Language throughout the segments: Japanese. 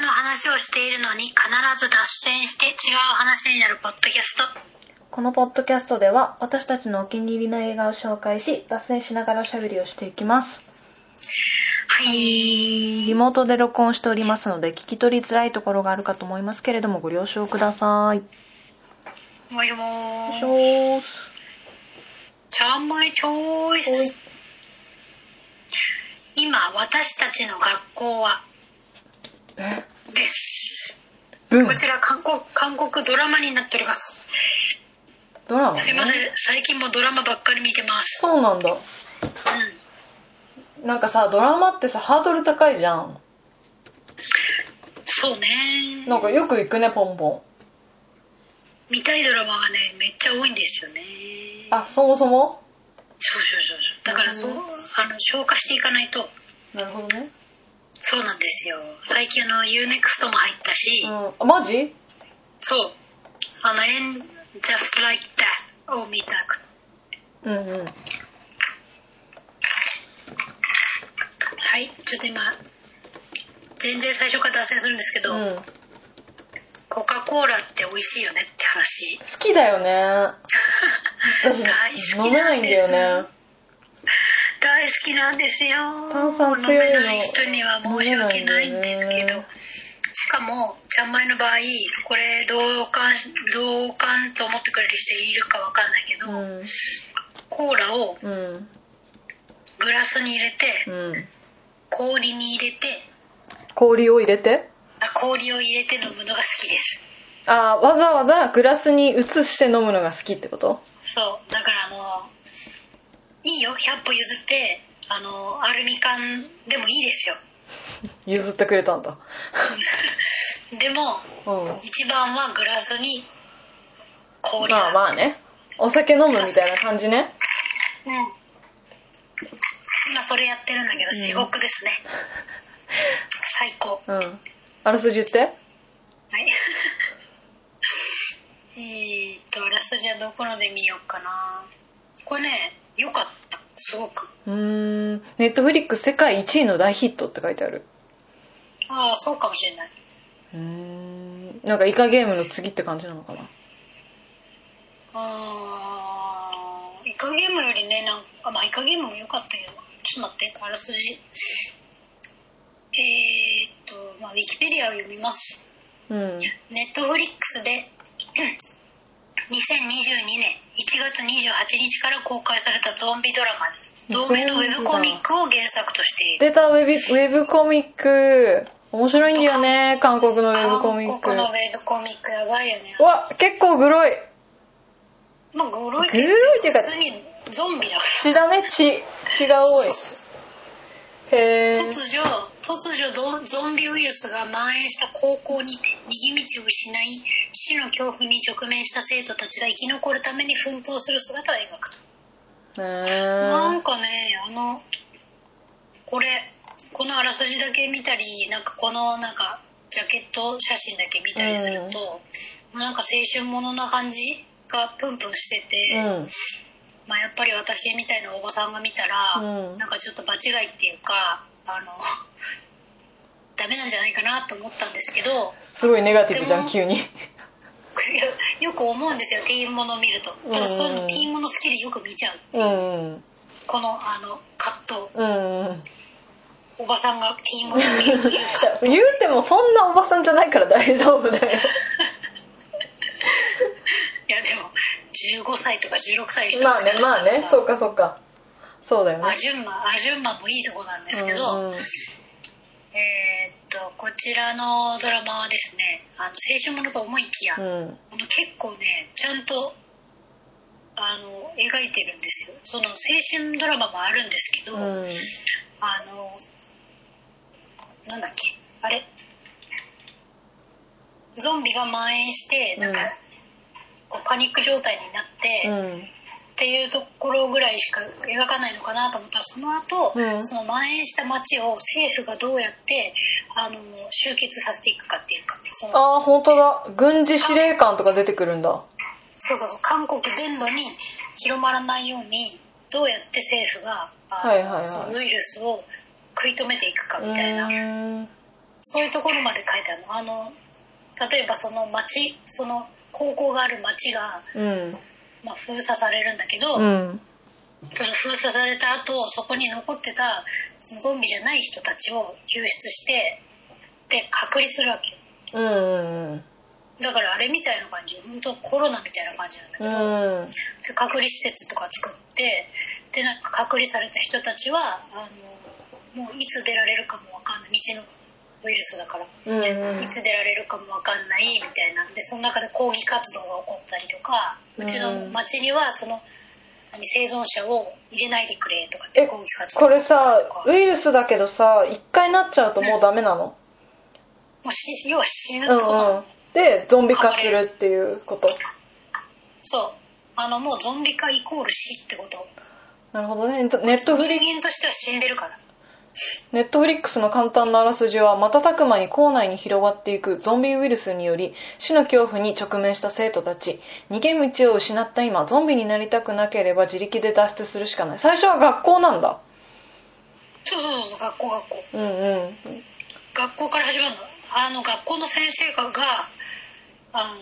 話をしているのに必ず脱線して違う話になるポッドキャストこのポッドキャストでは私たちのお気に入りの映画を紹介し脱線しながらおしゃべりをしていきますはいリモートで録音しておりますので聞き取りづらいところがあるかと思いますけれどもご了承くださいよもしもいしょーーすちゃんまいチョイおいス今私たちの学校はえです文こちら韓国韓国ドラマになっておりますドラマねすいません最近もドラマばっかり見てますそうなんだうんなんかさドラマってさハードル高いじゃんそうねなんかよく行くねポンポン見たいドラマがねめっちゃ多いんですよねあそもそもそうそうそうそうだからそううんあの消化していかないとなるほどねそうなんですよ最近あの UNEXT も入ったし、うんあマジそうあの「And Just Like That」を見たくうんうんはいちょっと今全然最初から脱線するんですけど、うん好コカ・コーラって美味しいよねって話きだよね私大好飲きめなないんでんすだよね大好きなんですよ炭酸強いの飲めない人には申し訳ないんですけ飲めないどよねしかもちゃんまいの場合これ同感同感と思ってくれる人いるかわかんないけど、うんコーラをうんグラスに入れて、うん氷に入れて氷を入れてあ氷を入れて飲むのが好きですあーわざわざグラスに移して飲むのが好きってことそうだからあのいいよ100歩譲ってあのアルミ缶でもいいですよ譲ってくれたんだでもうん一番はグラスに氷まあまあねお酒飲むみたいな感じねうん今それやってるんだけどうん地獄ですね、最高うんあらすじ言ってはい えーっとあらすじはどこので見ようかなこれね良かったすごくうーんネットフリックス世界1位の大ヒットって書いてあるああそうかもしれないうーんなんかイカゲームの次って感じなのかなうーんイカゲームよりねなんかまあイカゲームも良かったけどちょっと待ってあらすじえー、っとまあウィキペディアを読みますうんネットフリックスで 2022年1月28日から公開されたゾンビドラマです同名のウェブコミックを原作としている出たウェビウェブコミック面白いんだよね韓国のウェブコミッ韓ク国のウェブコミックやばいよねうわ結構グロいまあグロいグロいっていうか普通にゾンビだか血だね血血が多いへえら突如突如ゾンゾンビウイルスが蔓延した高校にて逃げ道を失い死の恐怖に直面した生徒たちが生き残るために奮闘する姿を描くとなんかねあのこれこのあらすじだけ見たりなんかこのなんかジャケット写真だけ見たりすると、なんか青春ものな感じがプンプンしてて、うんまあ、やっぱり私みたいなおばさんが見たら、うんなんかちょっと場違いっていうかあの ダメなんじゃないかなと思ったんですけど すごいネガティブじゃでんも急によよく思うんですよティーンもの見るとだからそういうのティーンもの好きでよく見ちゃううんこのあの葛藤うんうんおばさんがティーンモールというか 言うてもそんなおばさんじゃないから大丈夫だよいやでも15歳とか16歳の人まあねまあねそううかそうかそうだよねアジュンマアジュンマもいいとこなんですけど、うんうんえーっとこちらのドラマはですねあの青春ものと思いきや、うんあの結構ねちゃんとあの描いてるんですよその青春ドラマもあるんですけど、うんあのなんだっけあれゾンビが蔓延してなんか、うんこうパニック状態になって、っうんていうところぐらいしか描かないのかなと思ったらその後、うんその蔓延した街を政府がどうやってあの集結させていくかっていうかそのああ本当だ軍事司令官とか出てくるんだそうそうそう韓国全土に広まらないようにどうやって政府があのはいはいはいそのウイルスを食い止めていくかみたいな。うーんそういうところまで書いてあるのあの例えばその町その高校がある町が、うんまあ、封鎖されるんだけど、うんその封鎖された後そこに残ってたそのゾンビじゃない人たちを救出してで隔離するわけうんうんだからあれみたいな感じ本当コロナみたいな感じなんだけうど、んうんで隔離施設とか作ってでなんか隔離された人たちはあのもういつ出られるかもわかんない道のウイルスだから、うんうんいつ出られるかもわかんないみたいなでその中で抗議活動が起こったりとかうんうちの町にはその何生存者を入れないでくれとかってえ抗議活動これさウイルスだけどさ一回なっちゃうともうダメなのもうし要は死ぬうってことなのんうんでゾンビ化するっていうことそうあのもうゾンビ化イコール死ってことなるほどねネットフリ人間としては死んでるからネットフリックスの簡単なあらすじは瞬く間に校内に広がっていくゾンビウイルスにより死の恐怖に直面した生徒たち逃げ道を失った今ゾンビになりたくなければ自力で脱出するしかない最初は学校なんだそうそうそう学校学校うんうん学校から始まるのあの学校の先生があ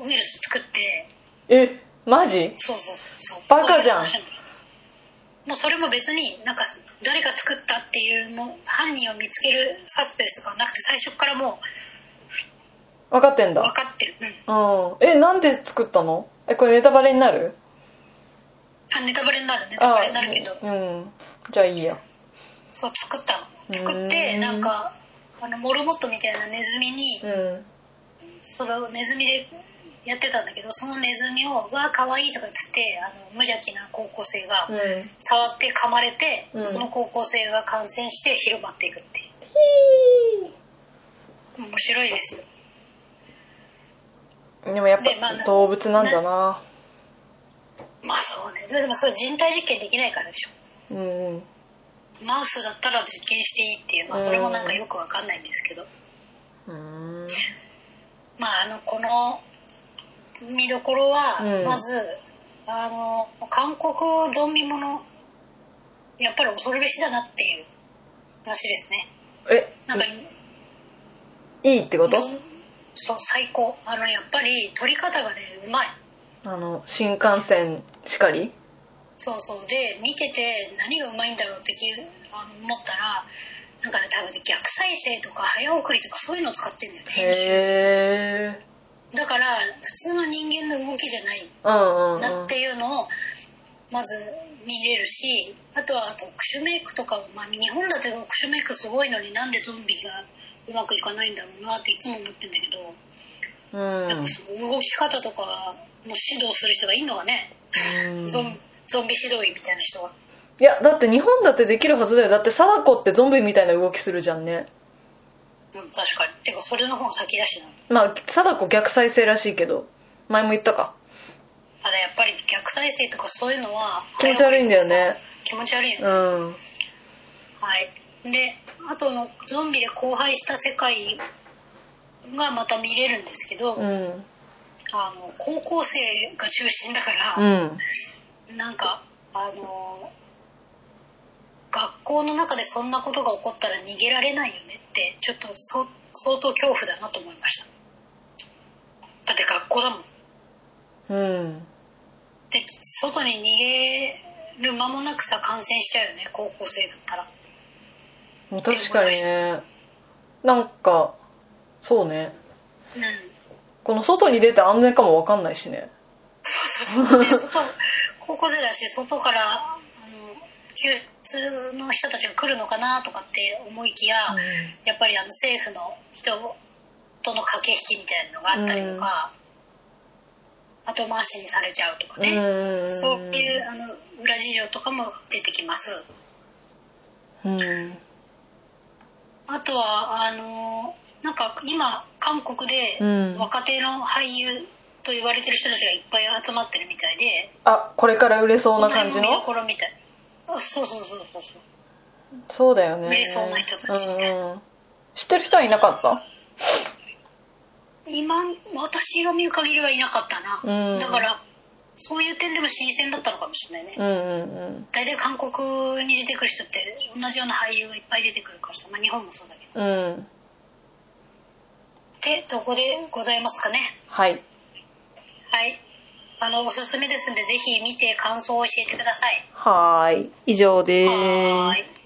のウイルス作ってえマジそうそうそうバカじゃんそういう話なのもうそれも別になんか誰が作ったっていうもう犯人を見つけるサスペンスとかはなくて最初からも分かってんう分だかってる、うん、うんえなんで作ったのえこれネタバレになるあネタバレになるネタバレになるけどあうんじゃあいいやそう作ったの作っうてんなんかあのモルモットみたいなネズミにうんそれをネズミでやってたんだけどそのネズミを「わあかわいい」とか言ってあの無邪気な高校生が、うん触って噛まれて、うんその高校生が感染して広まっていくっていう面白いですよでもやっでまあぱ動物なんだなまあそうねでもそれ人体実験できないからでしょうんうんマウスだったら実験していいっていう、まあ、それもなんかよくわかんないんですけど、うーんまああのこの見どころは、うんまずあの韓国ゾンビものやっぱり恐るべしだなっていう話ですねえなんか、いいってことゾンそう最高あのやっぱり撮り方がねうまいあの新幹線しかりそうそうで見てて何がうまいんだろうってきあの思ったらなんかね多分ね逆再生とか早送りとかそういうの使ってんだよね編集するへえだから普通の人間の動きじゃないうんうんなうっんていうのをまず見れるしあとは特殊メイクとか、まあ、日本だと特殊メイクすごいのになんでゾンビがうまくいかないんだろうなっていつも思ってんだけど、うんなんかその動き方とかの指導する人がいいのがね、うんゾンゾンビ指導員みたいな人が。いやだって日本だってできるはずだよだって貞子ってゾンビみたいな動きするじゃんねうん、確かに。てか、それの方が先だしな。まあ貞子逆再生らしいけど前も言ったかただやっぱり逆再生とかそういうのは。気持ち悪いんだよね。気持ち悪いよね。うんはい。で、あとのゾンビで荒廃した世界がまた見れるんですけど、うんあの、高校生が中心だから、うんなんか、あの、学校の中でそんなことが起こったら逃げられないよねって、ちょっとそ相当恐怖だなと思いました。だって学校だもん。うんで外に逃げる間もなくさ感染しちゃうよね高校生だったらもう確かにねなんかそうねうんこの外に出て安全かもわかんないしねそうそうそうで外高校生だし外からあの救出の人たちが来るのかなとかって思いきや、やっぱりあの政府の人との駆け引きみたいなのがあったりとか、後回しにされちゃうとかうんね、うんそういうあの裏事情とかも出てきますうんあとはあのなんか今韓国でうん若手の俳優と言われてる人たちがいっぱい集まってるみたいで、あこれから売れそうな感じその辺のも見どころみたいあそうそうそうそうそうそうだよね売れそうな人たちみたいうんうん知ってる人はいなかった今私が見る限りはいなかったな、うんだからそういう点でも新鮮だったのかもしれないね、うんうん大体韓国に出てくる人って同じような俳優がいっぱい出てくるからさ、まあ、日本もそうだけどうんうんとこでございますかねはいはいあのおすすめですんでぜひ見て感想を教えてくださいはーい以上ではーーすい